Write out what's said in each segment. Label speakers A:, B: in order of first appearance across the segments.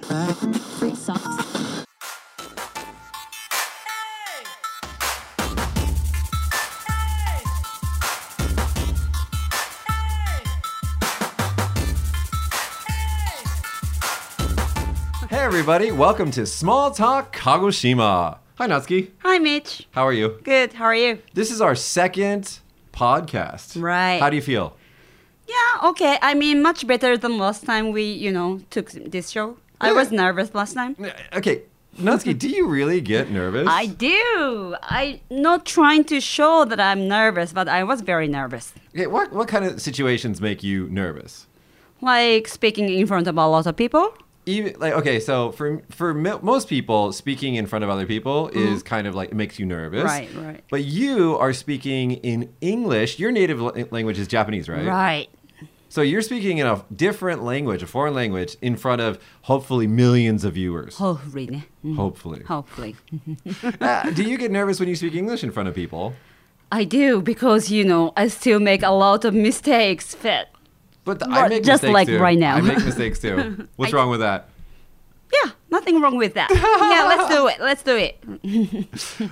A: Free socks.
B: Hey everybody, welcome to Small Talk Kagoshima. Hi Natsuki,
C: Hi, Mitch.
B: how are you?
C: Good. How are you?
B: This is our second podcast.
C: Right.
B: How do you feel?
C: Yeah, okay. I mean, much better than last time we, you know, took this show. I was nervous last time.
B: Okay, Natsuki, do you really get nervous?
C: I do. I not trying to show that I'm nervous, but I was very nervous.
B: Okay, what, what kind of situations make you nervous?
C: Like speaking in front of a lot of people.
B: Even like okay, so for for mo- most people, speaking in front of other people is kind of like it makes you nervous.
C: Mm-hmm. Right, right.
B: But you are speaking in English. Your native la- language is Japanese, right?
C: Right.
B: So you're speaking in a different language, a foreign language, in front of hopefully millions of viewers.
C: Hopefully. ne. Mm,
B: Hopefully.
C: Hopefully.
B: Uh, do you get nervous when you speak English in front of people?
C: I do because, you know, I still make a lot of mistakes. Fit.
B: But th- I
C: Well,
B: make
C: just
B: mistakes
C: like
B: too.
C: right now.
B: I make mistakes too. What's wrong with that?
C: Yeah, nothing wrong with that. yeah, let's do it. Let's do it.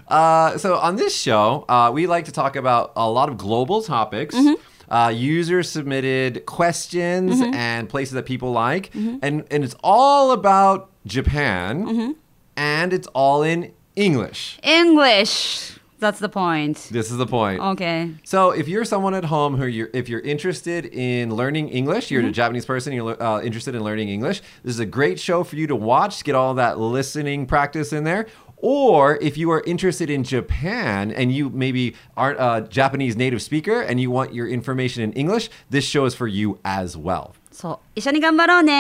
B: Uh, so on this show, uh, we like to talk about a lot of global topics.
C: Mm-hmm.
B: Uh, user submitted questions and places that people like,
C: Mm-hmm.
B: and and it's all about Japan, and it's all in English.
C: English. That's the point.
B: This is the point.
C: Okay.
B: So, if you're someone at home who you're, if you're interested in learning English, you're a Japanese person, you're le- uh, interested in learning English, this is a great show for you to watch, get all that listening practice in there. Or if you are interested in Japan and you maybe aren't a Japanese native speaker and you want your information in English, this show is for you as well.
C: そう一緒に頑張ろ うね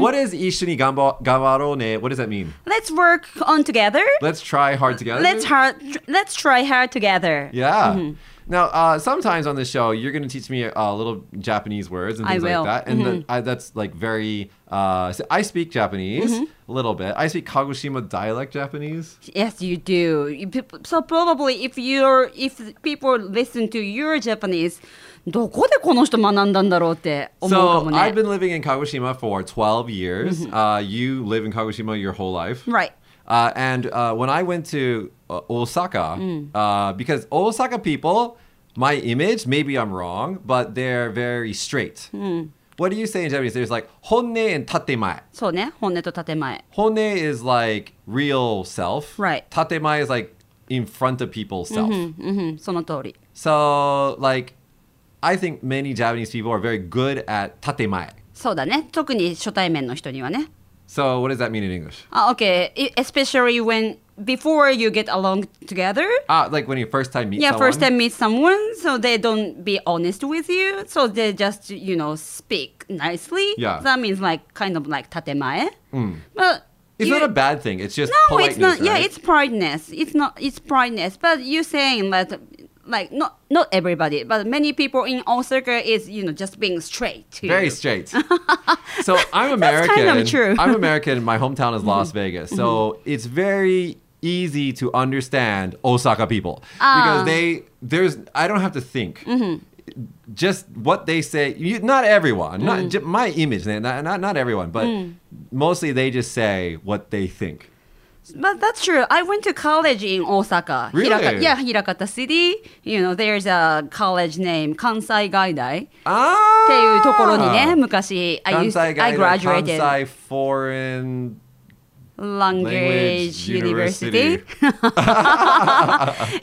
B: what is ishini gambo- gambaro ne? What does that mean?
C: Let's work on together
B: Let's try hard together.
C: Let's hard Let's try hard together
B: Yeah.
C: Mm-hmm.
B: Now, uh, sometimes on this show, you're going to teach me uh, little Japanese words and
C: I
B: things
C: will. Mm-hmm.
B: like that, and the- I, that's like very. Uh, so I speak Japanese
C: Mm-hmm.
B: a little bit. I speak Kagoshima dialect Japanese.
C: Yes you do You peop- So probably if you're If people listen to your Japanese どこでこの人学んだんだろうって思うか
B: So
C: も
B: I've
C: ね
B: been living in Kagoshima for 12 years. Uh, you live in Kagoshima your whole life,
C: Mm-hmm. Right
B: Uh, and uh, when I went to uh, Osaka,
C: Mm.
B: uh, because Osaka people, my image, maybe I'm wrong, but they're very straight.
C: Mm.
B: What do you say in Japanese? There's like honne and tatemae.
C: そうね本音と建前
B: Hone is like real self.
C: Right. Mm-hmm.
B: Tatemae is like in front of people self.
C: うんうんその通り
B: So like I think many Japanese people are very good at tatemae.
C: そうだね特に初対面の人にはね
B: So what does that mean in English?
C: あ Okay E- Especially when Before you get along together
B: Ah, like when you first time meet
C: yeah
B: someone.
C: first time meet someone so they don't be honest with you so they just you know speak nicely
B: Yeah. Mm.
C: that means like kind of like tatemae but
B: It's
C: you-
B: not a bad thing. It's just
C: no
B: politeness,
C: it's not yeah
B: right?
C: it's politeness it's not it's politeness but you're saying that like not not everybody but many people in all circle is you know just being straight to
B: very
C: you.
B: straight. so I'm
C: That's
B: American.
C: kind of true. Mm-hmm.
B: I'm American. My hometown is Las Vegas. So it's very easy to understand Osaka people because
C: Ah. Mm-hmm.
B: they there's I don't have to think. Just what they say. You, not everyone.
C: Mm.
B: Not j- my image. Not not, not everyone, but mostly they just say what they think.
C: But that's true. I went to college in Osaka.
B: Really?
C: Hiraka- yeah, Hirakata City. You know, there's a college named Kansai Gaidai.
B: あー
C: っていうところに
B: Ah!
C: ね、昔、I,
B: 関
C: used,
B: 西
C: Ah! I
B: 外大
C: graduated
B: 関西 foreign
C: language
B: language
C: university.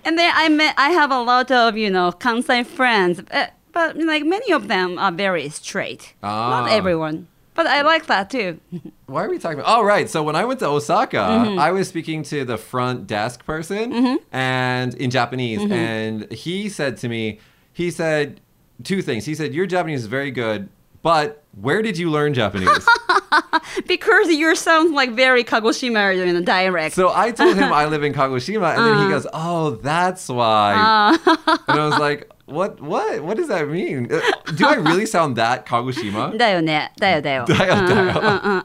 C: and then I met, I have a lot of, you know, Kansai friends, but, but like many of them are very straight.
B: Ah.
C: Not everyone. But I like that too.
B: Why are we talking about? All right. So when I went to Osaka, I was speaking to the front desk person, and in Japanese, and he said to me, he said two things. He said, "Your Japanese is very good, but where did you learn Japanese?"
C: Because you sound like very Kagoshima, you know, direct.
B: so I told him I live in Kagoshima, and then he goes, "Oh, that's why." and I was like, "What? What? What does that mean? Uh, Do I really sound that Kagoshima?"
C: だよね。だよだよ。だ
B: よ だよ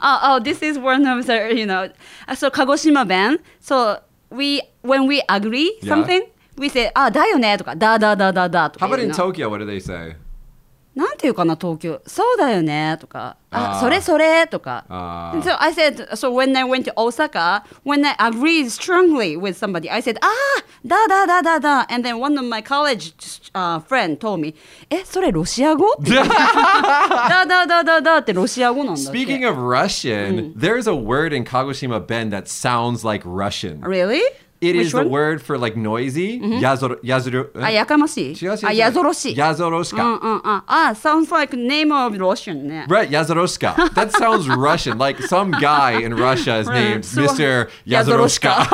C: Oh, oh, this is one of the, you know, uh, so Kagoshima band. So we, when we agree
B: Yeah.
C: something, we say, あ、だよねとか、だだだだだとか。
B: How about
C: you
B: in
C: know.
B: Tokyo? What do they say?
C: なんていうかな東京そうだよねとかあ
B: あー
C: それそれとか
B: あー
C: And so I said so when I went to Osaka when I agreed strongly with somebody I said ah da da da da da and then one of my college、uh, friend told me えそれロシア語 だだだだだってロシア語なんだって
B: Speaking of Russian,
C: Hmm.
B: there's a word in Kagoshima Ben that sounds like Russian.
C: really
B: It
C: Which
B: is the
C: one? Mm-hmm. Ah,
B: word for like noisy. Yazor, yazuru,
C: あやかましい
B: 違う違う違う
C: あやぞろしいうんうんう
B: Yazoroshka.
C: んあ uh, Ah, sounds like name of Russian ね
B: Right, Yazoroshka. That sounds Russian. Like some guy in Russia is
C: Right.
B: named
C: So-
B: Mr. Yazoroshka.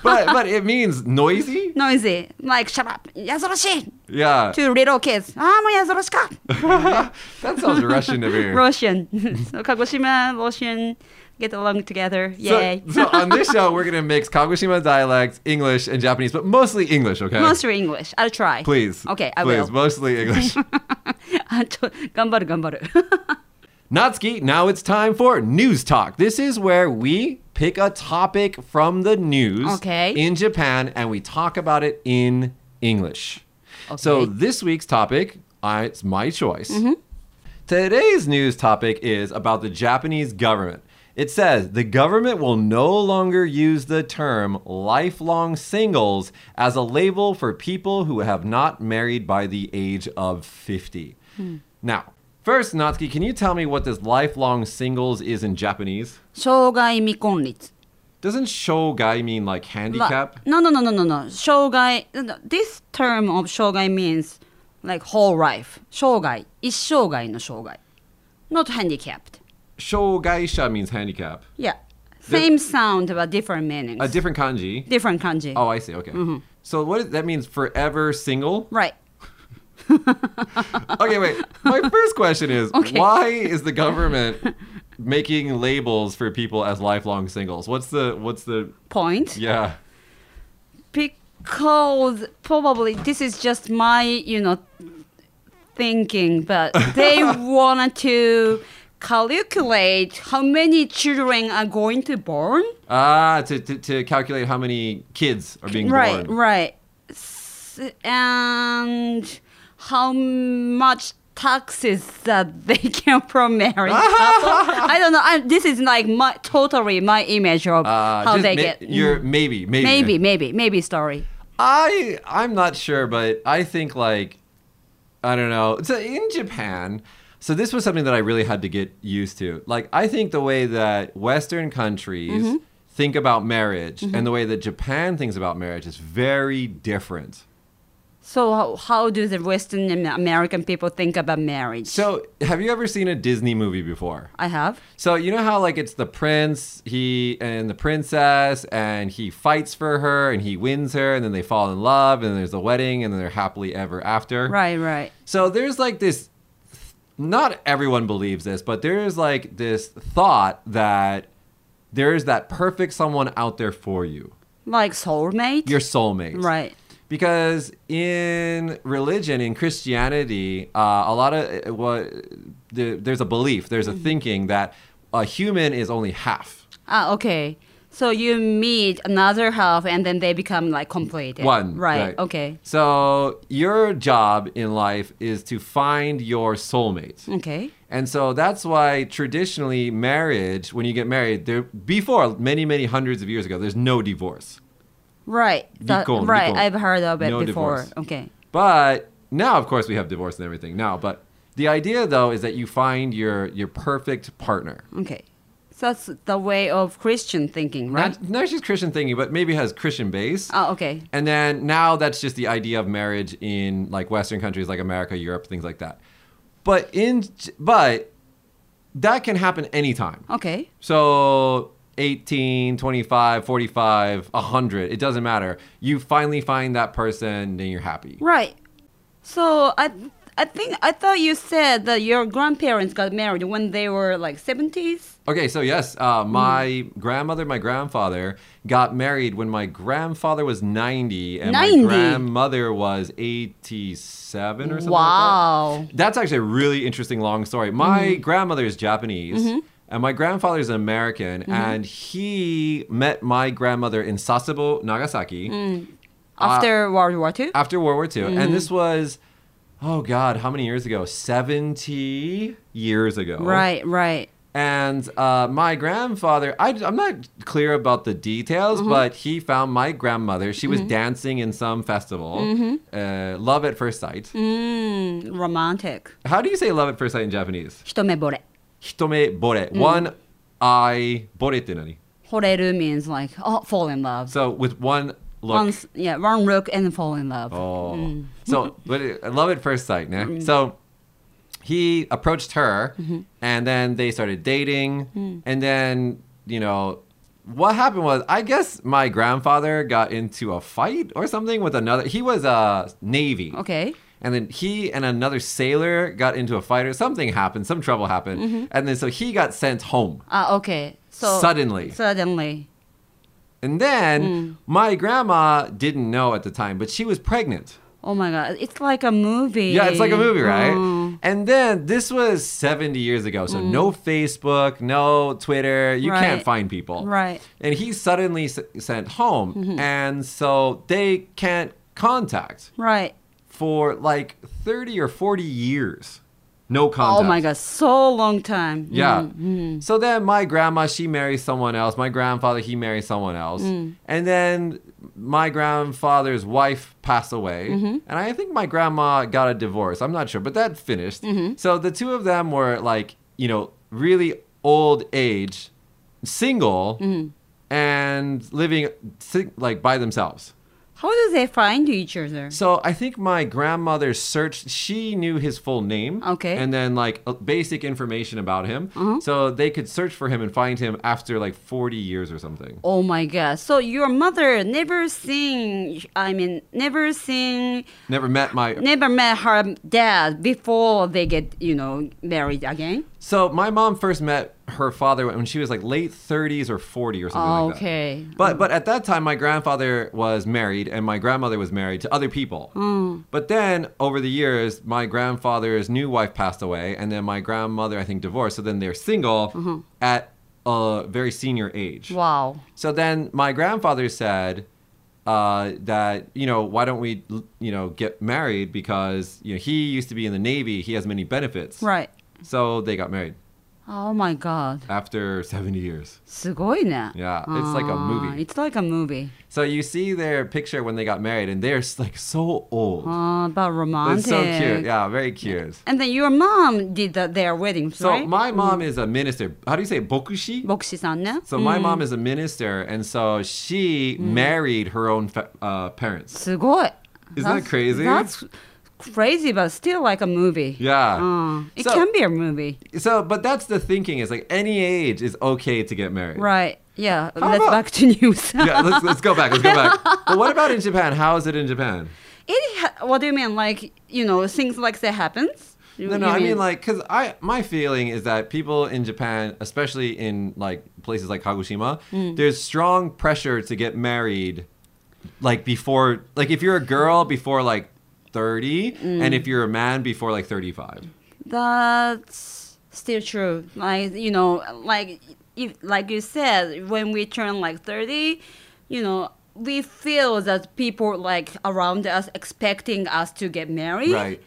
B: but but it means noisy.
C: noisy like shut up やぞろしい
B: Yeah,
C: to little kids Ah, ああもうやぞろしか
B: that sounds Russian to me.
C: Russian. so Kagoshima, Russian get along together.
B: So-
C: Yay.
B: So, on this show, we're gonna mix Kagoshima dialect, English, and Japanese, but mostly English. Okay.
C: Mostly English. I'll try.
B: Please.
C: Okay, I
B: please,
C: will.
B: mostly English.
C: あちょ頑張る頑張 る。
B: Natsuki, now it's time for news talk. This is where we pick a topic from the news
C: Okay.
B: in Japan and we talk about it in English. So
C: Okay.
B: this week's topic, I, it's my choice. Today's news topic is about the Japanese government. It says the government will no longer use the term lifelong singles as a label for people who have not married by the age of 50. Now, first, Natsuki, can you tell me what this lifelong singles is in Japanese?
C: 障害未婚率。
B: Doesn't shogai mean like handicap?
C: No, no, no, no, no, no. 障害。This term of 障害 means like whole life. 障害。一生涯の障害。Not handicapped.
B: Shogaisha means handicap.
C: Yeah. Same sound but different meanings.
B: A different kanji.
C: different kanji.
B: Oh, I see. Okay.
C: Mm-hmm.
B: So what is, that means forever single?
C: Right.
B: okay, wait. My first question is
C: Okay.
B: why is the government making labels for people as lifelong singles? What's the what's the
C: Point.
B: yeah.
C: because probably this is just my you know thinking but they wanted to calculate how many children are going to born
B: Ah, to, to, to calculate how many kids are being
C: right
B: born.
C: right S- and how much taxes that they can from married couple i don't know I, this is like my totally my image of
B: Uh,
C: how
B: just
C: they
B: ma-
C: get Mm-hmm.
B: You're maybe, maybe,
C: maybe maybe maybe story
B: I I'm not sure, but I think like I don't know. So in Japan, so this was something that I really had to get used to. Like I think the way that Western countries think about marriage and the way that Japan thinks about marriage is very different.
C: So how, how do the Western Am- American people think about marriage?
B: So have you ever seen a Disney movie before?
C: I have.
B: So you know how like it's the prince, he and the princess, and he fights for her and he wins her, and then they fall in love, and there's the wedding, and then they're happily ever after.
C: Right, right.
B: So there's like this. Not everyone believes this, but there is like this thought that there is that perfect someone out there for you,
C: Like soulmate.
B: your soulmate.
C: right.
B: Because in religion, in Christianity, uh, a lot of uh, what the, there's a belief, there's
C: Mm-hmm.
B: a thinking that a human is only half.
C: Ah, okay. So you meet another half, and then they become like completed.
B: One.
C: Right. Okay.
B: So your job in life is to find your soulmate.
C: Okay.
B: And so that's why traditionally marriage, when you get married, there before many, many hundreds of years ago, there's no divorce.
C: Right. That,
B: Nikon,
C: right.
B: Nikon.
C: I've heard of it
B: No
C: before.
B: divorce.
C: Okay.
B: But now of course we have divorce and everything now, but the idea though is that you find your your perfect partner.
C: Okay. So that's the way of Christian thinking, right?
B: Not, not just Christian thinking, but maybe has Christian base.
C: Ah, okay.
B: And then now that's just the idea of marriage in like Western countries like America, Europe, things like that. But in but that can happen anytime.
C: Okay.
B: So 18, 25, 45, 100, it doesn't matter. You finally find that person, then you're happy.
C: Right. So I I think I thought you said that your grandparents got married when they were like 70s.
B: Okay, so yes, uh, my grandmother, my grandfather got married when my grandfather was 90 and
C: 90?
B: my grandmother was 87 or something.
C: Wow. Mm-hmm.
B: Like that. That's actually a really interesting long story. My grandmother is Japanese. And my grandfather is American,
C: Mm-hmm.
B: and he met my grandmother in Sasebo, Nagasaki.
C: Mm.
B: Uh,
C: After World War II? Mm-hmm.
B: after World War II, and this was oh God, how many years ago? 70 years ago.
C: Right, right.
B: And uh, my grandfather, I, am not clear about the details,
C: Mm-hmm.
B: but he found my grandmother. She was dancing in some festival.
C: Mm-hmm.
B: Uh, love at first sight.
C: Mm, romantic.
B: How do you say love at first sight in Japanese?
C: 一目惚れ。
B: Hitome bore.
C: Mm-hmm.
B: One eye bore って何?
C: 惚れる means like, oh, fall in love.
B: So with one look.
C: One, s- yeah, one look and fall in love.
B: Oh. So, but it, I love at first sight, yeah. So he approached her and then they started dating and then, you know, what happened was I guess my grandfather got into a fight or something with another he was a uh, navy.
C: Okay.
B: And then he and another sailor got into a fight or something happened, some trouble happened. And then so he got sent home.
C: Ah, okay. So
B: Suddenly.
C: Suddenly.
B: And then my grandma didn't know at the time, but she was pregnant.
C: Oh my god, it's like a movie.
B: Yeah, it's like a movie, right?
C: Mm.
B: And then this was 70 years ago, so no Facebook, no Twitter. You can't
C: Right.
B: find people.
C: Right. Mm-hmm.
B: And he's suddenly s- sent home, and so they can't contact
C: Right.
B: for like 30 or 40 years. No
C: Oh
B: contact.
C: my god, so long time.
B: Yeah.
C: Mm.
B: So then my grandma, she marries someone else. My grandfather, he marries someone else. And then my grandfather's wife passed away. And I think my grandma got a divorce. I'm not sure, but that finished. So the two of them were like, you know, really old age, single, and living si- like by themselves.
C: How do they find each other?
B: So I think my grandmother searched. She knew his full name.
C: Okay. Mm-hmm.
B: And then like uh, basic information about him, so they could search for him and find him after like 40 years or something.
C: Oh my god. So your mother never seen I mean never seen
B: Never met my.
C: never met her dad before they get, you know, married again.
B: So my mom first met her father when she was like late 30s or 40 or something like that.
C: okay.
B: But but at that time, my grandfather was married and my grandmother was married to other people.
C: Hmm.
B: But then over the years, my grandfather's new wife passed away, and then my grandmother, I think, divorced. So then they're single at a very senior age.
C: Mm-hmm. Wow.
B: So then my grandfather said uh, that you know why don't we you know get married because you know he used to be in the navy, he has many benefits.
C: Right.
B: So they got married
C: Oh my god.
B: after 70 years.
C: すごいね。
B: Yeah, it's like a movie.
C: Ah, It's like a movie.
B: So you see their picture when they got married, and they're s- like so old.
C: Ah, but romantic.
B: It's so cute. Yeah, very cute.
C: And then your mom did the, their wedding,
B: So
C: right? Mm-hmm.
B: my mom is a minister. How do you say it? bokushi?
C: 牧師さんね。
B: so my mom is a minister, and so she
C: Mm.
B: married her own fa- uh, parents.
C: すごい。
B: Isn't that
C: That's-
B: crazy?
C: That's crazy, but still like a movie.
B: Yeah.
C: Uh, it
B: So-
C: can be a movie,
B: So, but that's the thinking is like any age is okay to get married.
C: right? Yeah.
B: How
C: Let's
B: about-
C: back to news.
B: Yeah, let's, let's go back. Let's go back. but what about in Japan? How is it in Japan?
C: it. Ha- what do you mean? Like you know, things like that happens. You-
B: No, no, I
C: you
B: mean like because I my feeling is that people in Japan, especially in like places like Kagoshima, there's strong pressure to get married, like before, like if you're a girl before like thirty, and if you're a man before like thirty-five.
C: That's still true. Like you know, like if like you said, when we turn like thirty, you know, we feel that people like around us expecting us to get married.
B: Right.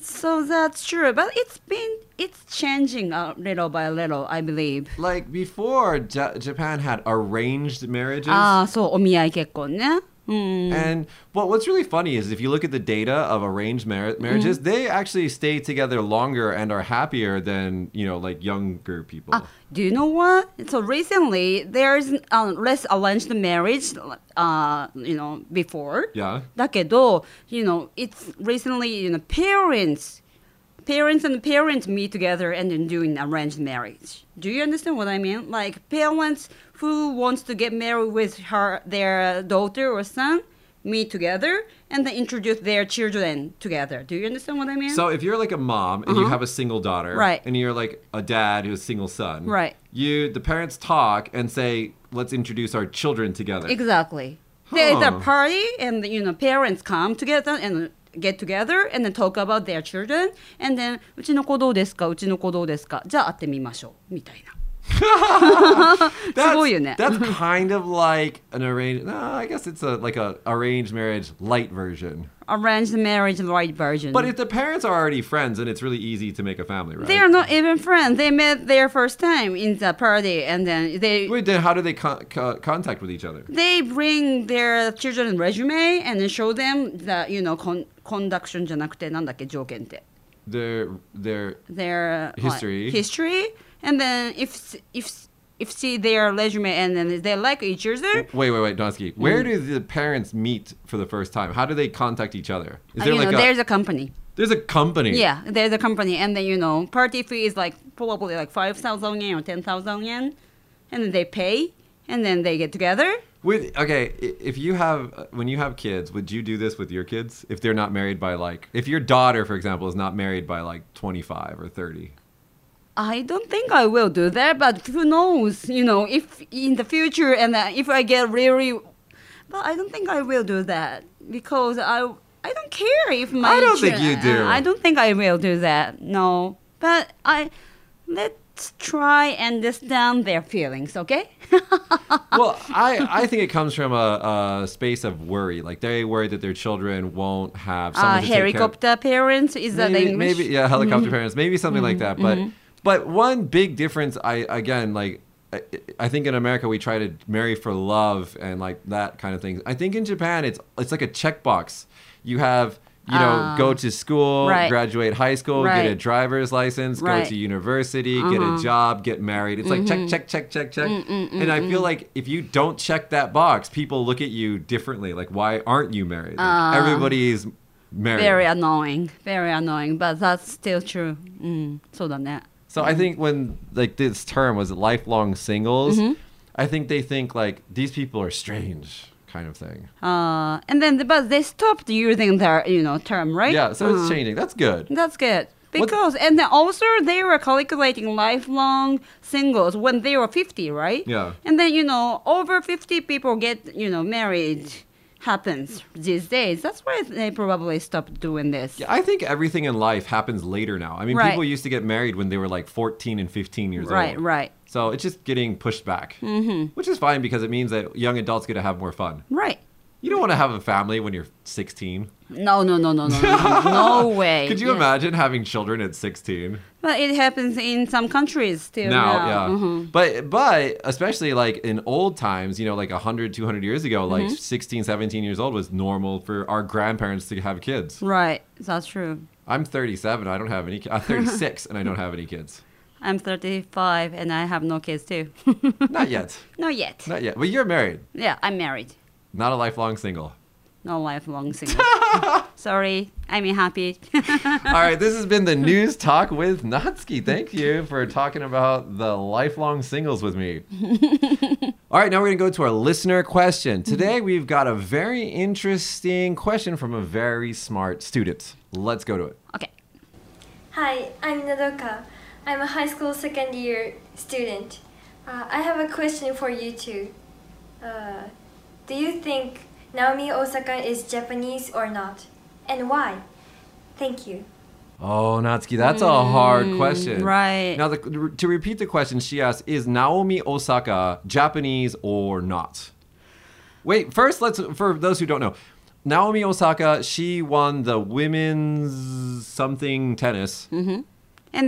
C: So that's true, but it's been it's changing a little by little, I believe.
B: Like before, Ja- Japan had arranged marriages.
C: ああ、そう、お見合い結婚ね。うん。
B: And well, what's really funny is if you look at the data of arranged mar- marriages, they actually stay together longer and are happier than you know like younger people.
C: Do you know what? So recently, there's uh, less arranged marriage, uh, you know, before.
B: Yeah.
C: だけど、you know, it's recently, you know, parents, parents and parents meet together and then doing arranged marriage. Do you understand what I mean? Like parents who wants to get married with her, their daughter or son, meet together and then introduce their children together. Do you understand what I mean?
B: So if you're like a mom and you have a single daughter,
C: Mm-hmm. Right.
B: and you're like a dad who's a single son,
C: Right.
B: You the parents talk and say, "Let's introduce our children together."
C: Exactly. There's a
B: Huh.
C: party, and you know, parents come together and get together and then talk about their children, and then うちの子どうですか、うちの子どうですか、じゃあ会ってみましょうみたいな。すごいよね。
B: that's kind of like an arranged. No, I guess it's a like a arranged marriage light version.
C: Arranged marriage right version.
B: But if the parents are already friends, then it's really easy to make a family, right?
C: they are not even friends. They met their first time in the party, and then they
B: Wait, then how do they con- co- contact with each other?
C: they bring their children resume and then show them the you know con conduction じゃなくてなんだっけ条件って。
B: Their their
C: their uh,
B: History.
C: history, and then if if if see their resume and then they like each other. uh,
B: wait wait wait Donsky. Where do
C: Mm.
B: the parents meet for the first time? How do they contact each other? Is
C: uh,
B: there
C: you
B: like
C: know,
B: a
C: there's a company.
B: there's a company?
C: Yeah, there's a company, and then you know, party fee is like probably like five thousand yen or ten thousand yen, and then they pay, and then they get together.
B: With okay, i- if you have when you have kids, would you do this with your kids if they're not married by like if your daughter, for example, is not married by like twenty five or thirty?
C: I don't think I will do that, but who knows? You know, if in the future and uh, if I get really, but I don't think I will do that because I I don't care if my
B: I don't think you
C: chil-
B: do.
C: I don't think I will do that. No, but I let's try and understand their feelings. Okay.
B: well, I, I think it comes from a, a space of worry. Like they worry that their children won't have someone
C: Uh,
B: to take care of-
C: helicopter parents is that the
B: maybe,
C: English? Mm-hmm.
B: maybe- yeah, helicopter parents, maybe something like that. But but one big difference, I again like. I- I think in America we try to marry for love and like that kind of thing. I think in Japan it's it's like a checkbox. You have you know
C: Ah.
B: go to school,
C: Right.
B: graduate high school, get a
C: Right.
B: driver's license, go
C: Right. Uh-huh. Mm-hmm.
B: to university, get a job, get married. It's like check check check check check. and I feel like if you don't check that box, people look at you differently. Like why aren't you married? Like,
C: Ah.
B: everybody's married.
C: Very annoying, very annoying, but that's still true. Mm, うん、そうだね。
B: So I think when like this term was lifelong singles,
C: Mm-hmm.
B: I think they think like these people are strange kind of thing.
C: Uh, and then, the- but they stopped using their, you know, term, right?
B: Yeah, so
C: Uh,
B: it's changing. That's good.
C: That's good.
B: What-
C: Because, and then also they were calculating lifelong singles when they were 50, right?
B: Yeah.
C: And then, you know, over 50 people get, you know, married happens these days. That's why they probably stopped doing this.
B: Yeah, I think everything in life happens later now. I mean,
C: Right.
B: people used to get married when they were like 14 and 15 years
C: Right,
B: old.
C: right.
B: So it's just getting pushed back, mm-hmm. which is fine because it means that young adults get to have more fun.
C: Right.
B: You don't want to have a family when you're 16.
C: No, no, no, no, no, no, no, no way.
B: Could you
C: Yeah.
B: imagine having children at 16?
C: But it happens in some countries still
B: now,
C: now.
B: yeah
C: Mhm.
B: but but especially like in old times you know like 100 200 years ago like 16 17 years old was normal for our grandparents to have kids
C: Right. That's true.
B: i'm 37 i don't have any ki- i'm 36 and i don't have any kids
C: I'm 35 and I have no kids too.
B: not yet
C: Not yet.
B: not yet but you're married
C: Yeah, I'm married.
B: not a lifelong single
C: No lifelong single. Sorry, I'm happy.
B: all right this has been the news talk with natsuki thank you for talking about the lifelong singles with me All right, now we're going to go to our listener question. Today we've got a very interesting question from a very smart student. Let's go to it.
C: okay.
A: Hi, I'm Nadoka. I'm a high school second year student. Uh, I have a question for you two. Uh, do you think Naomi Osaka is Japanese or not? And why? Thank you.
B: Oh, Natsuki, that's a hard question.
C: right.
B: Now, the, to repeat the question, she asked Is Naomi Osaka Japanese or not? Wait, first, let's, for those who don't know, Naomi Osaka, she won the women's something tennis.
C: And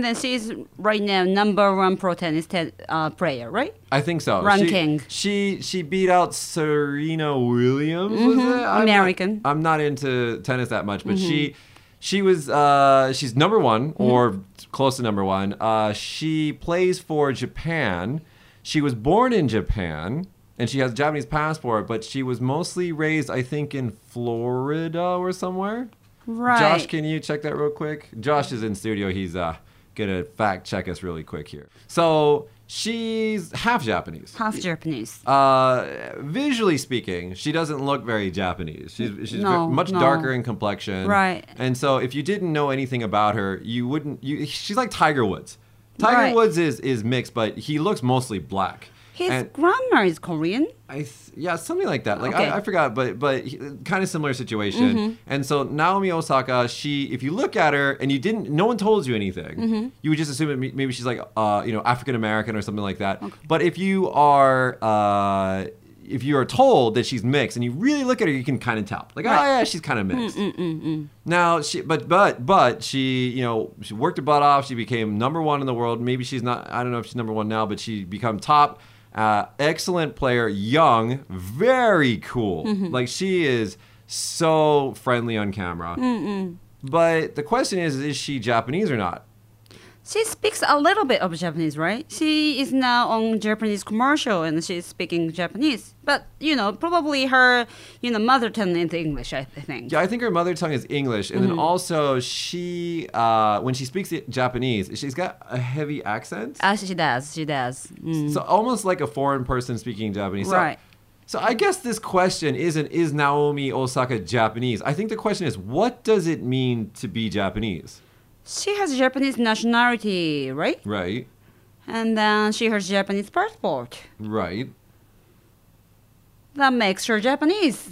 C: then she's right now number one pro tennis te- uh, player, right?
B: I think so. She-
C: Ranking.
B: She, she beat out Serena Williams. was it? I'm
C: American.
B: Not, I'm not into tennis that much, but she she was uh, she's number one or close to number one. Uh, she plays for Japan. She was born in Japan. And she has a Japanese passport, but she was mostly raised, I think, in Florida or somewhere.
C: Right.
B: Josh, can you check that real quick? Josh is in studio. He's uh, gonna fact check us really quick here. So she's half Japanese.
C: Half Japanese.
B: Uh, visually speaking, she doesn't look very Japanese. She's, she's
C: No,
B: ve- much
C: no.
B: darker in complexion.
C: Right.
B: And so, if you didn't know anything about her, you wouldn't. You, she's like Tiger Woods. Tiger
C: Right.
B: Woods is is mixed, but he looks mostly black.
C: His
B: And-
C: grandma is Korean.
B: I th- yeah, something like that. Like
C: Okay.
B: I, I forgot, but but kind of similar situation. And so Naomi Osaka, she if you look at her and you didn't, no one told you anything, you would just assume that may- maybe she's like uh, you know African American or something like that. But if you are uh, if you are told that she's mixed and you really look at her, you can kind of tell. Like oh yeah, she's kind of mixed. Now she, but but but she, you know, she worked her butt off. She became number one in the world. Maybe she's not. I don't know if she's number one now, but she become top. Uh, excellent player, young, very cool. Like she is so friendly on camera. But the question is, is she Japanese or not?
C: She speaks a little bit of Japanese, right? She is now on Japanese commercial and she's speaking Japanese. But, you know, probably her, you know, mother tongue is English, I think.
B: Yeah, I think her mother tongue is English, and then also she, uh, when she speaks Japanese, she's got a heavy accent.
C: Ah, she does, she does. Mm.
B: So almost like a foreign person speaking Japanese. So-
C: Right.
B: So, I guess this question isn't is Naomi Osaka Japanese? I think the question is what does it mean to be Japanese?
C: She has Japanese nationality, right?
B: Right.
C: And then she has Japanese passport.
B: Right.
C: That makes her Japanese.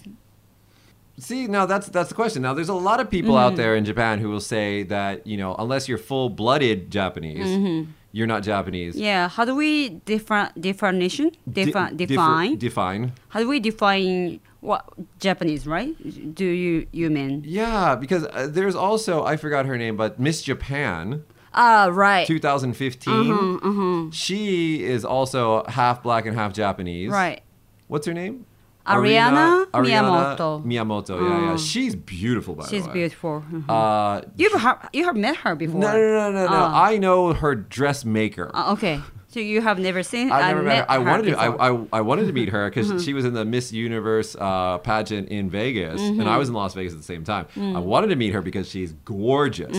B: See, now that's that's the question. Now there's a lot of people
C: Mm-hmm.
B: out there in Japan who will say that, you know, unless you're full-blooded Japanese, you're not Japanese.
C: Mm-hmm. Yeah, how do we differ, definition?
B: Di-
C: Defi-
B: differ-
C: define?
B: define.
C: how do we define what Japanese, right? Do you, you mean?
B: Yeah, because uh, there's also I forgot her name, but Miss Japan.
C: Ah, right.
B: 2015.
C: Mm-hmm,
B: She is also half black and half Japanese.
C: Right.
B: What's her name?
C: Ariana
B: Ariana
C: Miyamoto.
B: Miyamoto. Yeah, yeah.
C: Oh.
B: She's beautiful, by
C: She's
B: the way.
C: beautiful. Mhm.
B: Uh,
C: You've ha- you have met her before.
B: no, no, no, no, no.
C: Oh.
B: I know her dressmaker.
C: Uh, okay, so you have never seen. uh,
B: I never met her. Mm-hmm. I wanted to.
C: before.
B: I, I, I wanted to meet her because she was in the Miss Universe uh, pageant in Vegas, and I was in Las Vegas at the same time. I wanted to meet her because she's gorgeous,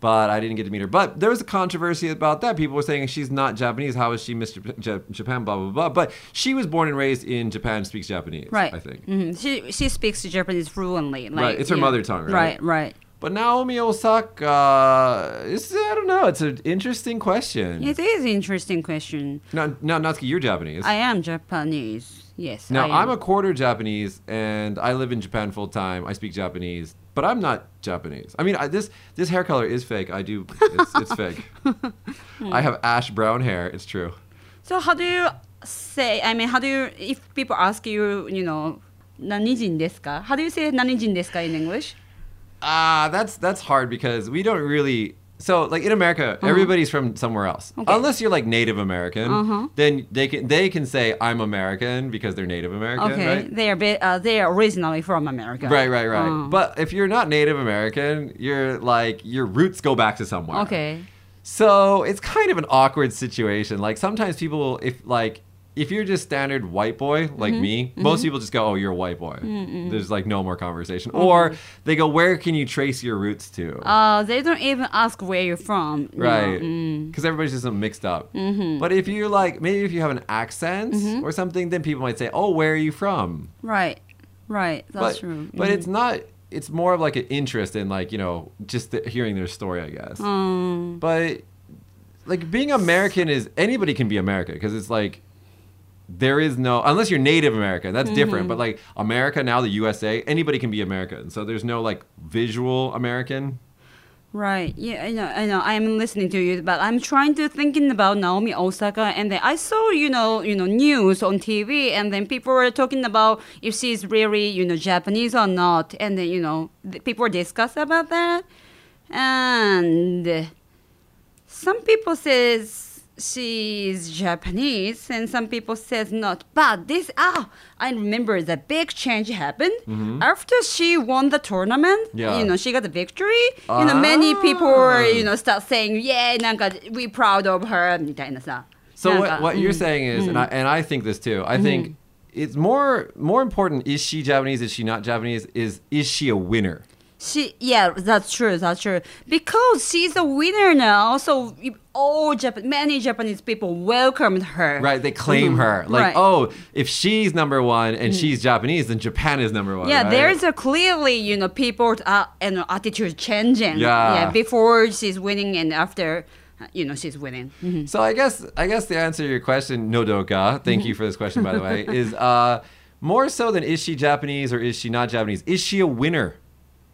B: but I didn't get to meet her. But there was a controversy about that. People were saying she's not Japanese. How is she Miss Jap- Jap- Japan? Blah blah blah. But she was born and raised in Japan, speaks Japanese.
C: right.
B: I think.
C: Mhm. She she speaks Japanese fluently. Like,
B: Right, it's her
C: you-
B: mother tongue, right?
C: Right. Right.
B: But Naomi Osaka, it's, I don't know. It's an interesting question.
C: It is interesting question.
B: now, now, Natsuki, you're Japanese.
C: I am Japanese. Yes.
B: Now,
C: I am.
B: I'm a quarter Japanese, and I live in Japan full time. I speak Japanese, but I'm not Japanese. I mean, I, this this hair color is fake. I do, it's, it's fake. I have ash brown hair. It's true.
C: So how do you say? I mean, how do you? If people ask you, you know, 何人ですか? How do you say 何人ですか in English?
B: Ah, that's that's hard because we don't really. So, like in America, everybody's from somewhere else.
C: Okay.
B: Unless you're like Native American, then they can they can say I'm American because they're Native American,
C: Okay,
B: right?
C: they are be, uh, they are originally from America.
B: Right, right, right.
C: Oh.
B: But if you're not Native American, you're like your roots go back to somewhere.
C: okay.
B: So it's kind of an awkward situation. Like sometimes people, will- if like if you're just standard white boy like me, most people just go, "Oh, you're a white boy." There's like no more conversation, or they go, "Where can you trace your roots to?"
C: Uh, they don't even ask where you're from. you know.
B: right?
C: Mm.
B: Because everybody's just mixed up. But if you're like maybe if you have an accent or something, then people might say, "Oh, where are you from?"
C: Right. Right. That's
B: but,
C: true.
B: But
C: Mhm.
B: it's not. It's more of like an interest in like you know just the, hearing their story, I guess.
C: Um,
B: But like being American is anybody can be American because it's like there is no unless you're Native American that's different. But
C: Mm-hmm.
B: like America now, the USA, anybody can be American. So there's no like visual American.
C: right. Yeah, I know. I know. I am listening to you, but I'm trying to thinking about Naomi Osaka, and then I saw you know you know news on TV, and then people were talking about if she's really you know Japanese or not, and then you know th- people discuss about that, and some people says she's Japanese and some people says not. But this ah, I remember the big change happened after she won the tournament.
B: Yeah.
C: you know she got the victory. You know many
B: Ah.
C: people were, you know start saying yeah, なんか we proud of her みたいなさ。
B: So
C: なんか、
B: what, what you're saying is,
C: Mm.
B: and I and I think this too. I think
C: Mm-hmm.
B: it's more more important. Is she Japanese? Is she not Japanese? Is is she a winner?
C: She, yeah, that's true. That's true. Because she's a winner now, so all Japan, many Japanese people welcomed her.
B: Right, they claim her. Like,
C: Mm-hmm. Right. Mm.
B: oh, if she's number one and she's Japanese, then Japan is number one.
C: Yeah,
B: right?
C: there's a clearly, you know, people uh, and uh, attitude changing.
B: Yeah.
C: before she's winning and after. uh, you know, she's winning. Mm-hmm.
B: So I guess I guess the answer to your question, Nodoka, thank you for this question by the way, is uh, more so than is she Japanese or is she not Japanese? Is she a winner?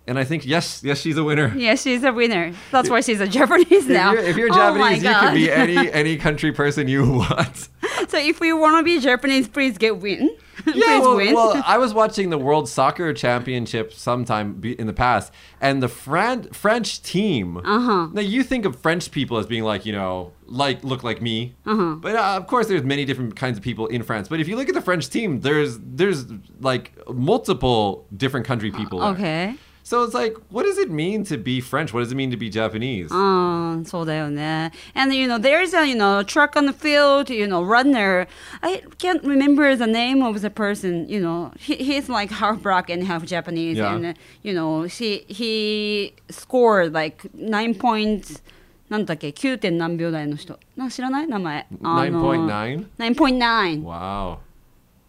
B: And I think yes, yes, she's a winner.
C: Yeah, she's a winner. That's why she's a Japanese now.
B: If you're, if you're
C: Oh my
B: Japanese, you can be
C: God.
B: any any country person you want.
C: so if you want to be Japanese, please get win.
B: Yeah,
C: please
B: well,
C: win.
B: well, I was watching the World Soccer Championship sometime be- in the past, and the Fran- French team.
C: Uh-huh.
B: Now you think of French people as being like you know like look like me, uh-huh. but uh, of course there's many different kinds of people in France. But if you look at the French team, there's there's like multiple different country people. there.
C: okay.
B: So it's like, what does it mean to be French? What does it mean to be Japanese?
C: Um, so And you know, there's a you know truck on the field, you know, runner. I can't remember the name of the person. You know, he, he's like half black and half Japanese,
B: Yeah.
C: and uh, you know, he he scored like nine points. なんだっけ9点何秒台の人な知らない名前あの
B: 9.9?
C: 9.9
B: Wow,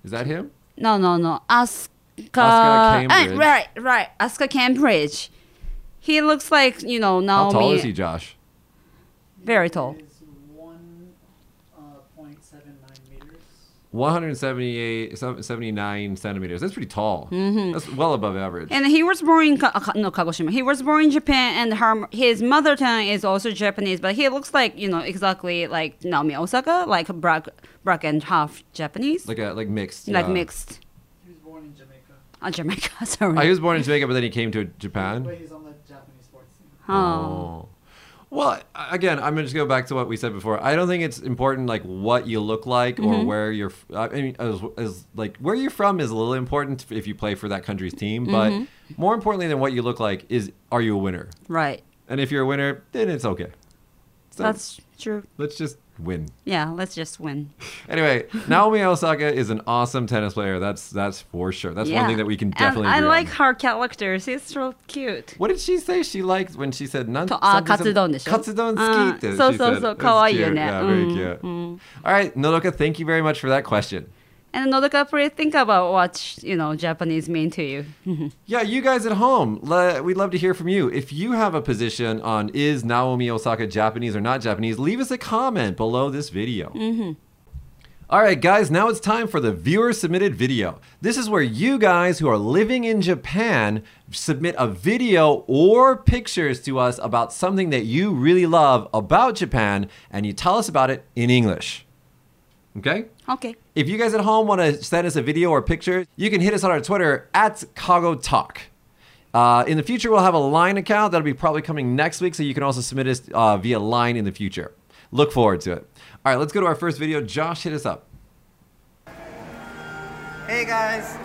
B: is that him?
C: No, no, no. Asuka.
B: Asuka Cambridge.
C: Ah, right, right. Asuka Cambridge. He looks like, you know, Naomi.
B: How tall is he, Josh?
C: Very tall.
D: Is one uh, point seven nine meters.
B: 178 some- 79 centimeters that's pretty tall that's well above average
C: Mm-hmm. And he was born in Ka- uh, Ka- no, Kagoshima. He was born in Japan, and her, his mother tongue is also Japanese. But he looks like, you know, exactly like Naomi Osaka, like black, black and half Japanese, like,
B: like a like mixed yeah.
C: mixed.
D: He was born in Jamaica,
C: Uh, Jamaica, sorry.
B: i was born in jamaica but then he came to
D: but
B: japan
D: he's on the Japanese sports team.
C: oh.
B: well again i'm gonna just go back to what we said before i don't think it's important like what you look like
C: Mm-hmm.
B: or where you're f- i mean as, as like where you're from is a little important if you play for that country's team but
C: Mm-hmm.
B: more importantly than what you look like is are you a winner
C: right.
B: and if you're a winner then it's okay so
C: That's true.
B: let's just win
C: Yeah, let's just win.
B: Anyway, Naomi Osaka is an awesome tennis player. That's that's for sure. That's
C: Yeah.
B: one thing that we can
C: And
B: definitely.
C: I
B: agree
C: like
B: on.
C: her character. She's so cute.
B: What did she say she liked when she said none?
C: とあー
B: something-
C: カツ丼でしょ
B: Katsudon ski って
C: うんそう
B: she
C: そう
B: said.
C: そ
B: That's
C: うかわいいよ
B: cute.
C: ね
B: Yeah, very
C: うん
B: cute.
C: うん
B: All right, Nodoka, thank you very much for that question.
C: And Nodoka, please think about what you know Japanese mean to you.
B: Yeah, you guys at home, le- we'd love to hear from you. If you have a position on is Naomi Osaka Japanese or not Japanese, leave us a comment below this video. All right, guys, now it's time for the viewer submitted video. This is where you guys who are living in Japan submit a video or pictures to us about something that you really love about Japan and you tell us about it in English. Okay?
C: okay.
B: If you guys at home want to send us a video or picture, you can hit us on our Twitter at Kago Talk. Uh, in the future, we'll have a Line account that'll be probably coming next week, so you can also submit us uh, via Line in the future. Look forward to it. All right, let's go to our first video. Josh, hit us up.
E: Hey guys,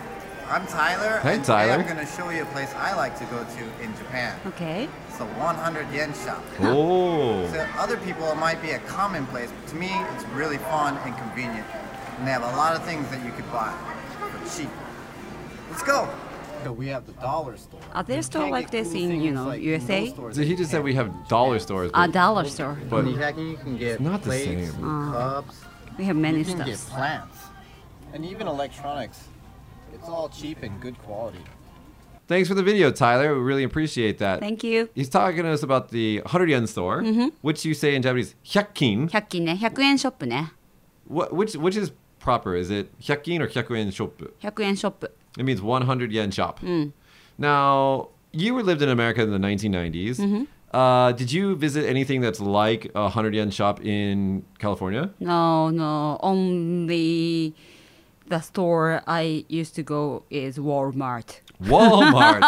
E: I'm Tyler.
B: Hey,
E: and today
B: Tyler.
E: I'm going to show you a place I like to go to in Japan.
C: Okay.
E: It's a 100 yen shop.
B: Oh,
E: To other people, it might be a common place, but to me, it's really fun and convenient. And they have a lot of things that you could buy for cheap. Let's go. So we have the dollar store.
C: Are there still like this in you know USA?
B: so he just said we have dollar stores.
C: A
B: But,
C: dollar store.
B: but
E: you can get
B: not the plates, same.
E: cups,
C: We have many
E: you can get
C: stuffs.
E: plants, and even electronics. It's all cheap and good quality.
B: thanks for the video, Tyler. We really appreciate that.
C: Thank you.
B: He's talking to us about the 100 yen store, which you say in Japanese, hyakin.
C: 100均ね、100円ショップね。
B: What, which, which is proper? Is it hyakin or hyakuyen shop?
C: 100円ショップ。
B: It means 100 yen shop. Now, you were lived in America in the 1990s. Uh, did you visit anything that's like a 100 yen shop in California?
C: No, no. Only the store I used to go is Walmart.
B: Walmart.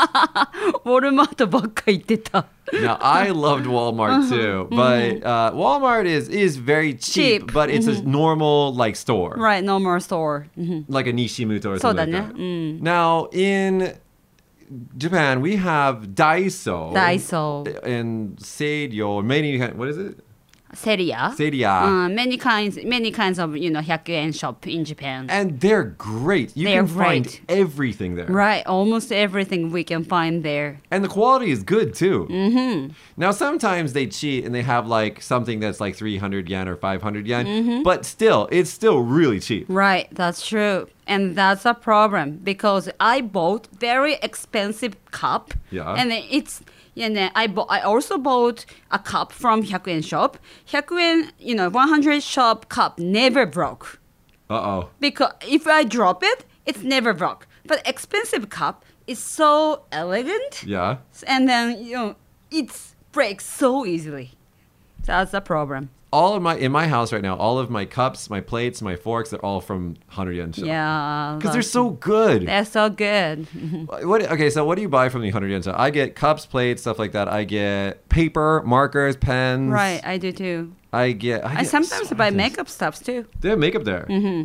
C: ウォルマートばっか行ってた。
B: now, I loved Walmart too, but uh, Walmart is is very cheap, Mm-hmm.
C: Cheap.
B: but it's a normal like store,
C: Right, no more store. Mm-hmm. うん
B: like a Nishimuto or
C: そうだ
B: something
C: ね
B: like。
C: う
B: that.
C: ん。
B: Now, in Japan, we have Daiso.
C: ダイソー、
B: And Seiyo, many, what is it?
C: セリア。
B: Seiya.
C: Uh, many kinds, many kinds of you know 100 yen shop in Japan.
B: and they're great. You
C: They're
B: can find
C: great.
B: everything there,
C: right, almost everything we can find there.
B: and the quality is good too. Mm-hmm. Now sometimes they cheat and they have like something that's like 300 yen or 500 yen,
C: Mm-hmm.
B: but still, it's still really cheap.
C: Right, that's true, and that's a problem because I bought very expensive cup,
B: Yeah.
C: and it's And then I, bought, I also bought a cup from 100 yen shop. 100 yen, you know, 100 shop cup never broke.
B: Uh oh.
C: Because if I drop it, it's never broke. But expensive cup is so elegant.
B: Yeah.
C: And then, you know, it breaks so easily. That's the problem.
B: All of my in my house right now, all of my cups, my plates, my forks, they're all from 100 yen shop.
C: Yeah.
B: Because they're
C: that's-
B: so good.
C: They're so good.
B: What? Okay, so what do you buy from the 100 yen shop? I get cups, plates, stuff like that. I get paper, markers, pens.
C: right, I do too.
B: I get. I,
C: I
B: get
C: sometimes
B: so many
C: buy
B: things.
C: makeup stuffs too.
B: They have makeup there. Mm-hmm.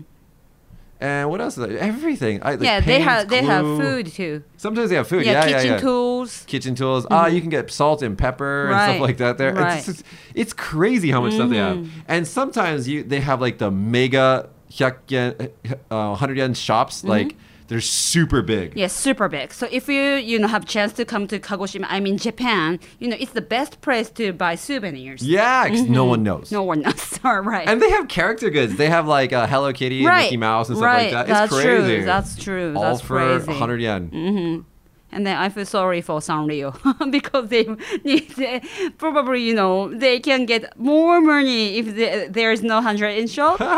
B: And what else? Is there? Everything. I, like
C: yeah, they
B: paints,
C: have they have
B: glue.
C: food too.
B: Sometimes they have food.
C: Yeah,
B: Yeah, yeah,
C: kitchen
B: yeah.
C: tools. Mm-hmm.
B: Kitchen tools. Ah, you can get salt and pepper and
C: Right,
B: stuff like that. There, it's,
C: right. Mm-hmm.
B: it's, it's crazy how much stuff they have. And sometimes you they have like the mega 100 yen, uh, 100 yen shops. Like they're super big.
C: Mm-hmm. Yeah, super big. So if you you know have chance to come to Kagoshima, I mean Japan, you know it's the best place to buy souvenirs.
B: Yeah, 'cause no one knows.
C: Mm-hmm. No one knows. All right.
B: And they have character goods. They have like uh, Hello Kitty and
C: Right,
B: Mickey Mouse and stuff
C: right.
B: like that.
C: That's
B: it's crazy.
C: true, that's true,
B: All
C: that's
B: for
C: crazy.
B: 100 yen.
C: And then I feel sorry for Sanrio because they need they, probably you know they can get more money if the- there is no hundred in shop. but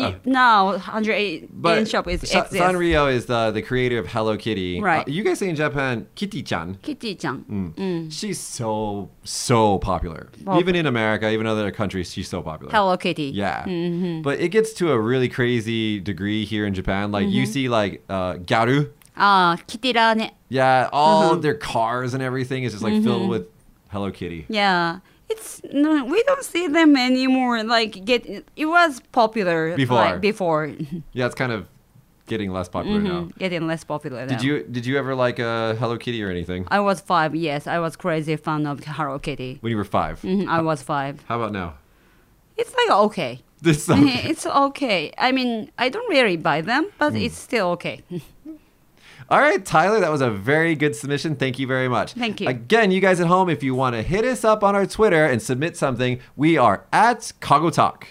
C: i- now hundred in shop is
B: Sa-
C: exists.
B: Sanrio is the, the creator of Hello Kitty.
C: Right.
B: Uh, you guys say in Japan, Kitty-chan.
C: Kitty-chan.
B: Mm. She's so so popular.
C: Mm. Well-
B: even in America, even other countries, she's so popular.
C: Hello Kitty. Mm-hmm.
B: Yeah. But it gets to a really crazy degree here in Japan. Like you
C: Mm-hmm.
B: see like uh Garu.
C: Ah, Kitty-rane.
B: Yeah,
C: Uh-huh.
B: all their cars and everything is just like
C: Mm-hmm.
B: filled with Hello Kitty.
C: Yeah. It's no, we don't see them anymore. Like get it was popular
B: Before.
C: like, before
B: Yeah, it's kind of getting less popular
C: Mm-hmm.
B: now.
C: getting less popular.
B: Did
C: now.
B: you did you ever like uh, Hello Kitty or anything
C: I was five. Yes, I was crazy fan of Hello Kitty.
B: when you were 5
C: Mhm, I was five.
B: How about now?
C: It's like okay.
B: This okay. Mm.
C: it's okay. I mean, I don't really buy them, but it's still okay.
B: All right, Tyler, that was a very good submission. Thank you very much.
C: Thank you.
B: Again, you guys at home, if you want to hit us up on our Twitter and submit something, we are at Kago Talk.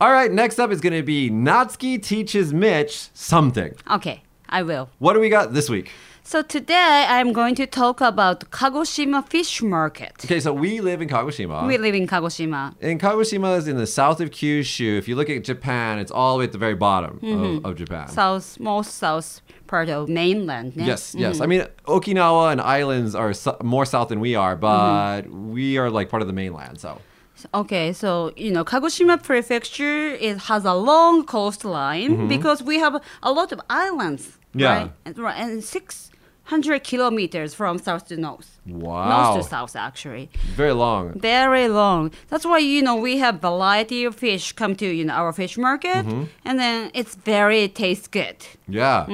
B: All right, next up is going to be Natsuki teaches Mitch something.
C: okay, I will.
B: What do we got this week?
C: So today I'm going to talk about Kagoshima Fish Market.
B: Okay, so we live in Kagoshima.
C: We live in Kagoshima.
B: and Kagoshima is in the south of Kyushu. If you look at Japan, it's all the way at the very bottom of, of Japan.
C: Mm-hmm. south most south part of mainland. yeah? Mm-hmm.
B: Yes, yes. I mean, Okinawa and islands are so- more south than we
C: Mm-hmm.
B: are, but we are like part of the mainland. So,
C: Okay, so you know Kagoshima Prefecture it has a long coastline because we have a lot of islands.
B: Mm-hmm. Yeah.
C: right? And, right, and six hundred kilometers from south to north.
B: Wow.
C: North to south, actually.
B: very long.
C: Very long. That's why you know we have variety of fish come to you know our fish market,
B: Mm-hmm.
C: and then it's very tastes good.
B: Yeah.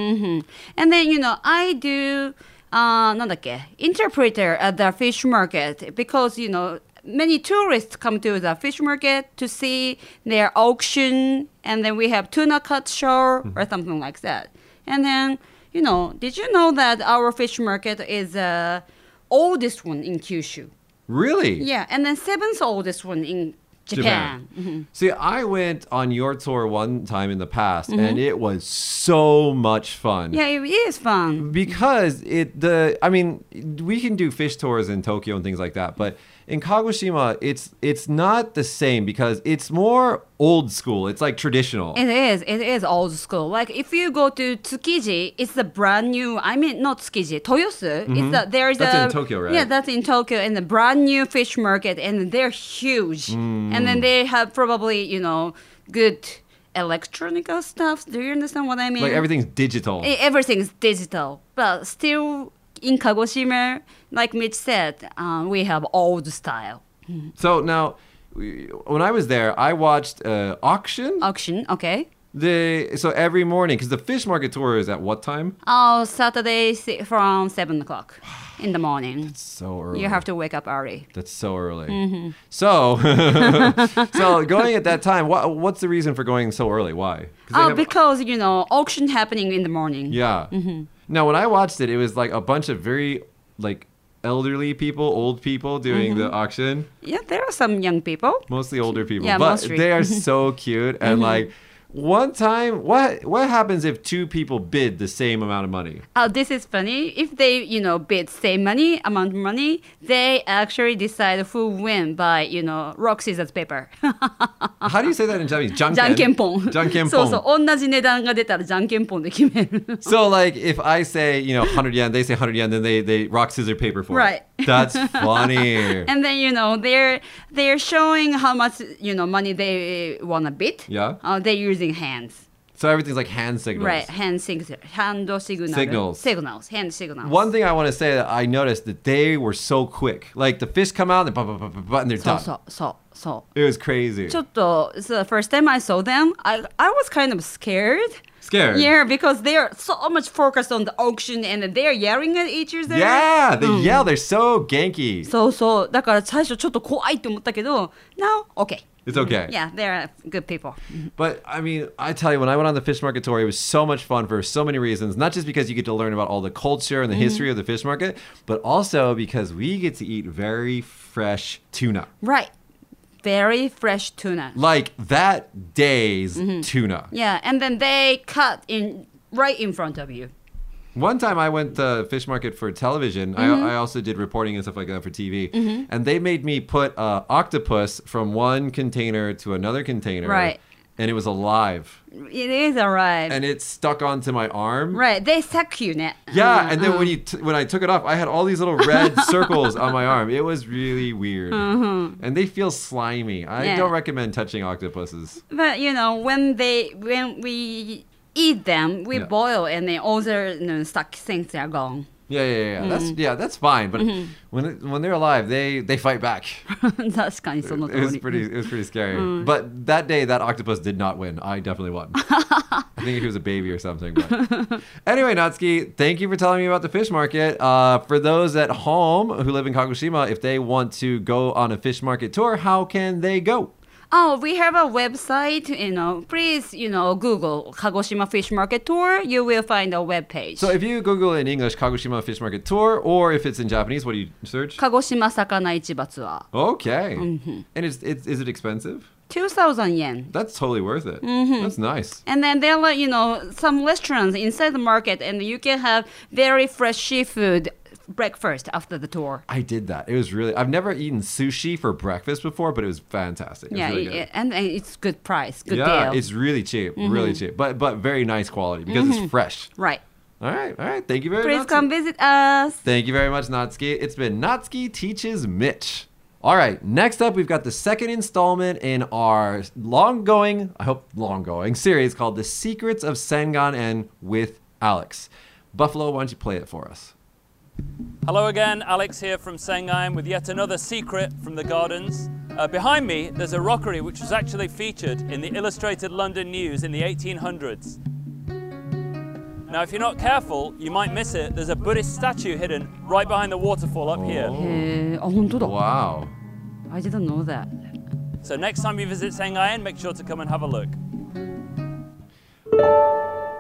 C: And then, you know, I do, uh, なんだっけ interpreter at the fish market because, you know, many tourists come to the fish market to see their auction and then we have tuna cut show or something like that. And then, you know, did you know that our fish market is uh, oldest one in Kyushu?
B: Really?
C: Yeah, and then seventh oldest one in Japan. Mm-hmm.
B: Japan. See, I went on your tour one time in the past, and it was so much fun.
C: Yeah, it is fun.
B: because it the I mean we can do fish tours in Tokyo and things like that, but in Kagoshima it's it's not the same because it's more old school. It's like traditional.
C: It is. It is old school. Like if you go to Tsukiji, it's a brand new. I mean, not Tsukiji, Toyosu. It's a, there's
B: Mm-hmm. That's
C: a
B: in Tokyo, right?
C: Yeah, that's in Tokyo, and a brand new fish market, and they're huge, and then
B: Mm.
C: they have probably you know good electronical stuff. Do you understand what I mean?
B: like everything's digital.
C: E- Everything's digital, but still in Kagoshima, like Mitch said, uh, we have old style
B: so now we- when I was there, I watched uh, auction.
C: auction. Okay.
B: the so every morning because the fish market tour is at what time?
C: Oh, Saturday si- from seven o'clock in the morning.
B: So early.
C: You have to Mm-hmm. wake up early.
B: That's so early. So, so going at that time. What, what's the reason for going so early? Why? 'Cause they
C: Oh,
B: have-
C: because you know auction happening in the morning.
B: yeah.
C: mm-hmm.
B: Now, when I watched it, it was like a bunch of very like elderly people, old people doing
C: Mm-hmm.
B: the auction,
C: Yeah, there are some young people.
B: mostly older people,
C: Yeah,
B: but
C: mm-hmm. mostly. Mm-hmm.
B: they are so cute and like. One time, what what happens if two people bid the same amount of money?
C: Oh, this is funny. If they, you know, bid same money, amount of money, they actually decide who win by, you know, rock, scissors, paper.
B: How do you say that in Japanese?
C: じゃんけんぽん。
B: Jankenpon.
C: そうそう、同じ値段が出たらじゃんけんぽんで決 める。
B: So like if I say, you know, 100 yen, they say 100 yen, then they they rock scissors paper for
C: Right.
B: it. That's funny.
C: And then you know they're they're showing how much you know money they wanna bid.
B: Yeah.
C: Uh, they're using hands.
B: so everything's like hand signals.
C: Right. Hand sig- hand signal.
B: Signals.
C: Signals. Hand signals.
B: One thing I want to say that I noticed that they were so quick. Like the fish come out, and, bah, bah, bah, bah, bah, and they're
C: そう
B: done.
C: そうそうそう。
B: It was crazy.
C: ちょっと、so the first time I saw them, I, I was kind of scared.
B: Scared.
C: Yeah, because they're so much focused on the auction and they're yelling at each other.
B: yeah, they
C: Mm.
B: yell. They're so ganky.
C: そうそう。だから最初ちょっと怖いって思ったけど、now, okay.
B: it's okay.
C: Yeah, they're good people.
B: But I mean, I tell you, when I went on the fish market tour, it was so much fun for so many reasons. Not just because you get to learn about all the culture
C: Mm-hmm.
B: and the history of the fish market, but also because we get to eat very fresh tuna.
C: Right. Very fresh tuna.
B: Like that day's
C: Mm-hmm.
B: tuna.
C: Yeah, and then they cut in right in front of you.
B: One time I went to fish market for television.
C: Mm-hmm.
B: I, I also did reporting and stuff like that for TV. And they made me put uh, octopus from one container to another container.
C: Right.
B: And it was alive.
C: It is alright.
B: And it stuck onto my arm.
C: right, Uh-huh. they suck you, net.
B: Yeah, and then when you t- when I took it off, I had all these little red circles on my arm. It was really weird, and they feel slimy. I
C: Uh-huh. Yeah.
B: don't recommend touching octopuses.
C: But you know, when they when we eat them, we
B: Yeah.
C: boil and then all the you know, stuck things are gone.
B: Yeah, yeah, yeah. That's
C: Mm-hmm.
B: yeah, that's fine. But when it, when they're alive, they they fight back.
C: 確かにその通り。
B: It was pretty it was pretty scary. But that day, that octopus did not win. I definitely won. I think he was a baby or something. But. anyway, Natsuki, thank you for telling me about the fish market. Uh, for those at home who live in Kagoshima, if they want to go on a fish market tour, how can they go?
C: Oh, we have a website. You know, please, you know, Google Kagoshima Fish Market Tour. You will find a web page.
B: So if you Google in English Kagoshima Fish Market Tour, or if it's in Japanese, what do you search?
C: 鹿児島魚市場ツア
B: Okay. And it's, it's is it expensive?
C: ー2000 yen.
B: That's totally worth it. That's nice.
C: And then there are, you know, some restaurants inside the market, and you can have very fresh seafood breakfast after the tour.
B: I did that. It was really. I've never eaten sushi for breakfast before, but it was fantastic. It was
C: yeah,
B: really
C: it-
B: good.
C: it- and, and it's good price, good
B: yeah,
C: deal. Mm-hmm.
B: it's really cheap, really cheap, but but very nice quality because it's fresh.
C: right.
B: All right, all right. Thank you very
C: Please
B: much.
C: come visit us.
B: Thank you very much, Natsuki. It's been Natsuki Teaches Mitch. All right, next up, we've got the second installment in our long going, I hope long going, series called The Secrets of Sengon En with Alex. Buffalo, why don't you play it for us?
F: Hello again, Alex here from Sengaim with yet another secret from the gardens. Uh, behind me, there's a rockery which was actually featured in the Illustrated London News in the 1800s. Now, if you're not careful, you might miss it. There's a Buddhist statue hidden right behind the waterfall up here.
C: Uh, あ、本当だ。
B: Wow.
C: I didn't know that.
F: So, next time you visit Sengaim, make sure to come and have a look.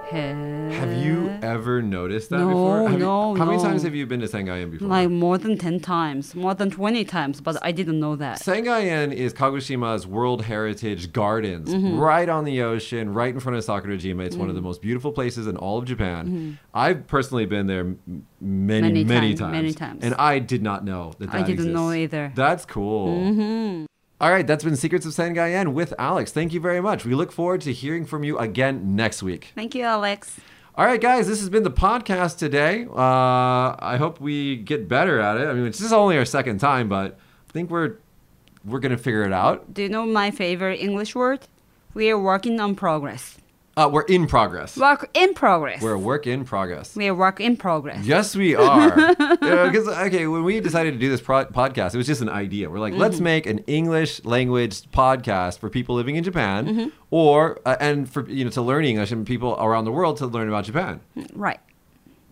C: Hey.
B: Have you ever noticed that
C: No,
B: before? Have you-
C: no,
B: how many
C: no.
B: times have you been to Sengayen before?
C: Like more than 10 times, more than 20 times, but I didn't know that.
B: Sengayen is Kagoshima World Heritage Gardens,
C: Mm-hmm.
B: right on the ocean, right in front of Sakurajima. It's one of the most beautiful places in all of Japan. I've personally been there m- many, many,
C: Mm-hmm. Many
B: times,
C: times, many times.
B: and I did not know that.
C: I
B: that
C: didn't know
B: exists.
C: either. Mm-hmm.
B: That's cool. All right, that's been Secrets of Sengayen with Alex. Thank you very much. We look forward to hearing from you again next week.
C: Thank you, Alex.
B: All right, guys, this has been the podcast today. Uh, I hope we get better at it. I mean, this is only our second time, but I think we're we're gonna figure it out.
C: Do you know my favorite English word? We are working on progress.
B: Uh, we're in progress.
C: Work in progress.
B: We're a work in progress.
C: we are work in progress.
B: Yes, we are. Because okay, when we decided to do this pro- podcast, it was just an idea. We're like, let's make an English language podcast for people living in Japan, or uh, and for you know to learn English and people around the world to learn about Japan.
C: Right.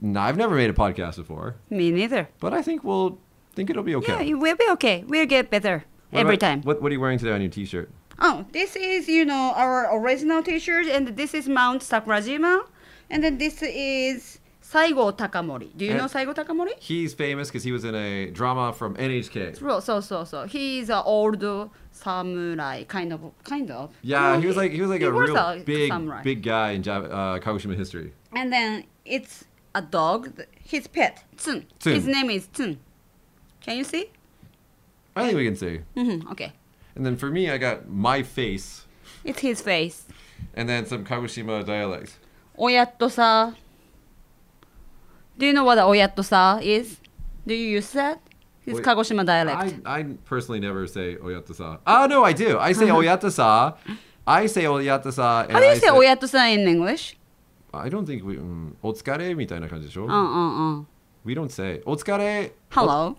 B: Now, I've never made a podcast before,
C: Me neither.
B: but I think we'll think it'll be okay.
C: Yeah, it will be okay. We'll get better
B: What
C: every
B: about-
C: time.
B: What What are you wearing today on your T-shirt?
C: Oh, this is, you know, our original t shirt, and this is Mount Sakurajima. And then this is Saigo Takamori. Do you
B: And-
C: know Saigo Takamori?
B: He's famous because he was in a drama from NHK.
C: Ro- So so so he's an old samurai kind of kind of.
B: Yeah,
C: No,
B: he was like he was like a
C: was
B: real big
C: samurai.
B: big guy in Jap- uh, Kagoshima history.
C: And then it's a dog. th- His pet Tsun.
B: Tsun.
C: His name is Tsun. Can you see?
B: I think we can see.
C: Mm-hmm. Okay.
B: And then for me, I got my face,
C: It's his face.
B: and then some Kagoshima dialect.
C: Oyatosa. Do you know what oyatosa is? Do you use that? It's
B: Oy-
C: Kagoshima dialect.
B: I, I personally never say oyatasa. Oh no, I do. I say oyatasa. I say oyatasa.
C: How do you say oyatosa in English?
B: I don't think we. Um, otsukare みたいな感じでしょ。
C: Uh uh uh.
B: We don't say otsukare. Oh,
C: Hello.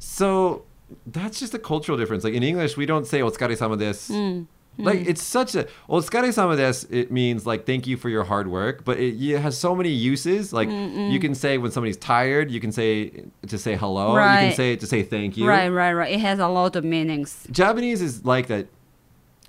B: So that's just a cultural difference. Like in English, we don't say otsukare sama desu.
C: Mm.
B: Like it's such a otsukare sama desu. It means like thank you for your hard work, but it, it has so many uses. Like you can say when somebody's tired, you can say to say hello. You
C: Right.
B: can say it to say thank you.
C: Right, right, right. It has a lot of meanings.
B: Japanese is like that.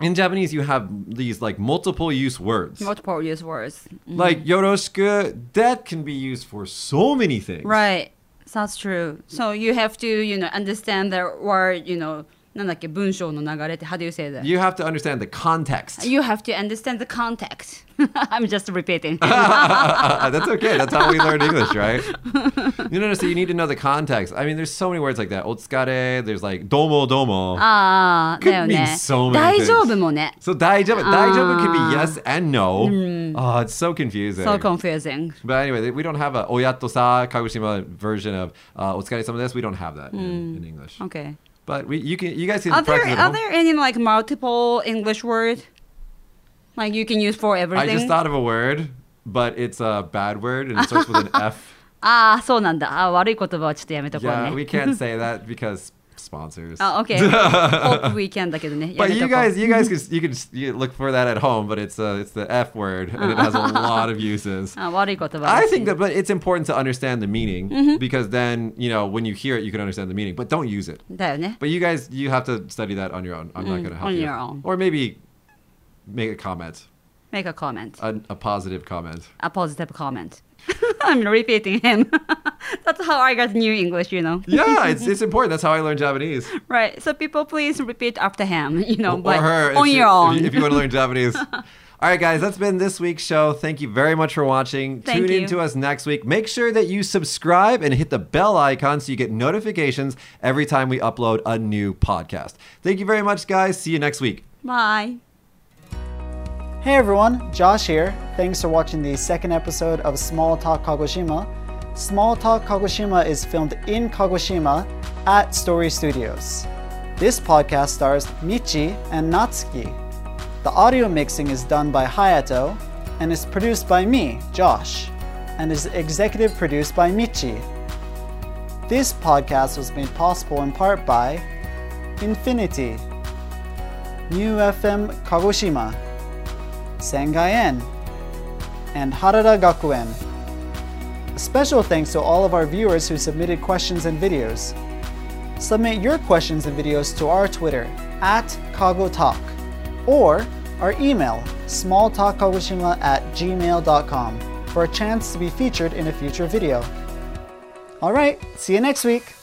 B: In Japanese, you have these like multiple use words.
C: Multiple use words.
B: Like yoroshiku, that can be used for so many things.
C: Right. That's true. So you have to, you know, understand the word, you know, なんだっけ文章の流れって how do you say that?
B: You have to understand the context.
C: You have to understand the context. I'm just repeating. Ah,
B: Uh, that's okay. That's how we learn English, right? You know, so you need to know the context. I mean, there's so many words like that. Otsukare, there's like domo domo.
C: Ah. ああ、だよ
B: Could mean
C: ね。
B: so many
C: 大
B: things.
C: 丈夫もね。
B: so daijoubu, daijoubu can be yes and no. Oh, it's so confusing.
C: Ah. Mm. So confusing.
B: But anyway, we don't have a oyatosa Kagoshima version of uh, otsukare some of this. We don't have that in, in English.
C: Okay.
B: But we, you can, you guys can
C: Mm. Are there
B: practice at
C: are
B: home.
C: there any like multiple English word like you can use for everything?
B: I just thought of a word, but it's a bad word and it starts with an F.
C: ああ、そうなんだ。あー悪い言葉はちょっとやめとこう
B: Yeah,
C: ね
B: we。can't say that because sponsors.
C: あ、OK。Hope we can だけどね。や
B: But
C: め
B: you
C: とこう
B: guys, you guys can you can s- you look for that at home. But it's uh, it's the F word, and it
C: Uh-huh.
B: has a lot of uses.
C: あ Ah, 悪い言葉ら
B: I
C: しい。
B: think that, but it's important to understand the meaning
C: Mm-hmm.
B: because then you know when you hear it, you can understand the meaning. But don't use it.
C: だよね。
B: But you guys, you have to study that on your own. I'm not going to help
C: Mm, on
B: you.
C: your own.
B: Or maybe make a comment,
C: Make a comment.
B: a, a positive comment.
C: A positive comment. I'm repeating him. That's how I got new English, you know.
B: Yeah, it's it's important. That's how I learned Japanese.
C: Right. So people please repeat after him, you know,
B: or
C: but
B: her if
C: on
B: you-
C: your own.
B: If you, if you want to learn Japanese. All right, guys, that's been this week's show. Thank you very much for watching.
C: Thank
B: Tune in
C: you.
B: to us next week. Make sure that you subscribe and hit the bell icon so you get notifications every time we upload a new podcast. Thank you very much, guys. See you next week.
C: Bye.
D: Hey everyone, Josh here. Thanks for watching the second episode of Small Talk Kagoshima. Small Talk Kagoshima is filmed in Kagoshima at Story Studios. This podcast stars Michi and Natsuki. The audio mixing is done by Hayato and is produced by me, Josh, and is executive produced by Michi. This podcast was made possible in part by Infinity, New FM Kagoshima. Sangayen, and Harada Gakuen. Special thanks to all of our viewers who submitted questions and videos. Submit your questions and videos to our Twitter at KagoTalk or our email smalltalkkagoshima at gmail.com for a chance to be featured in a future video. Alright, see you next week!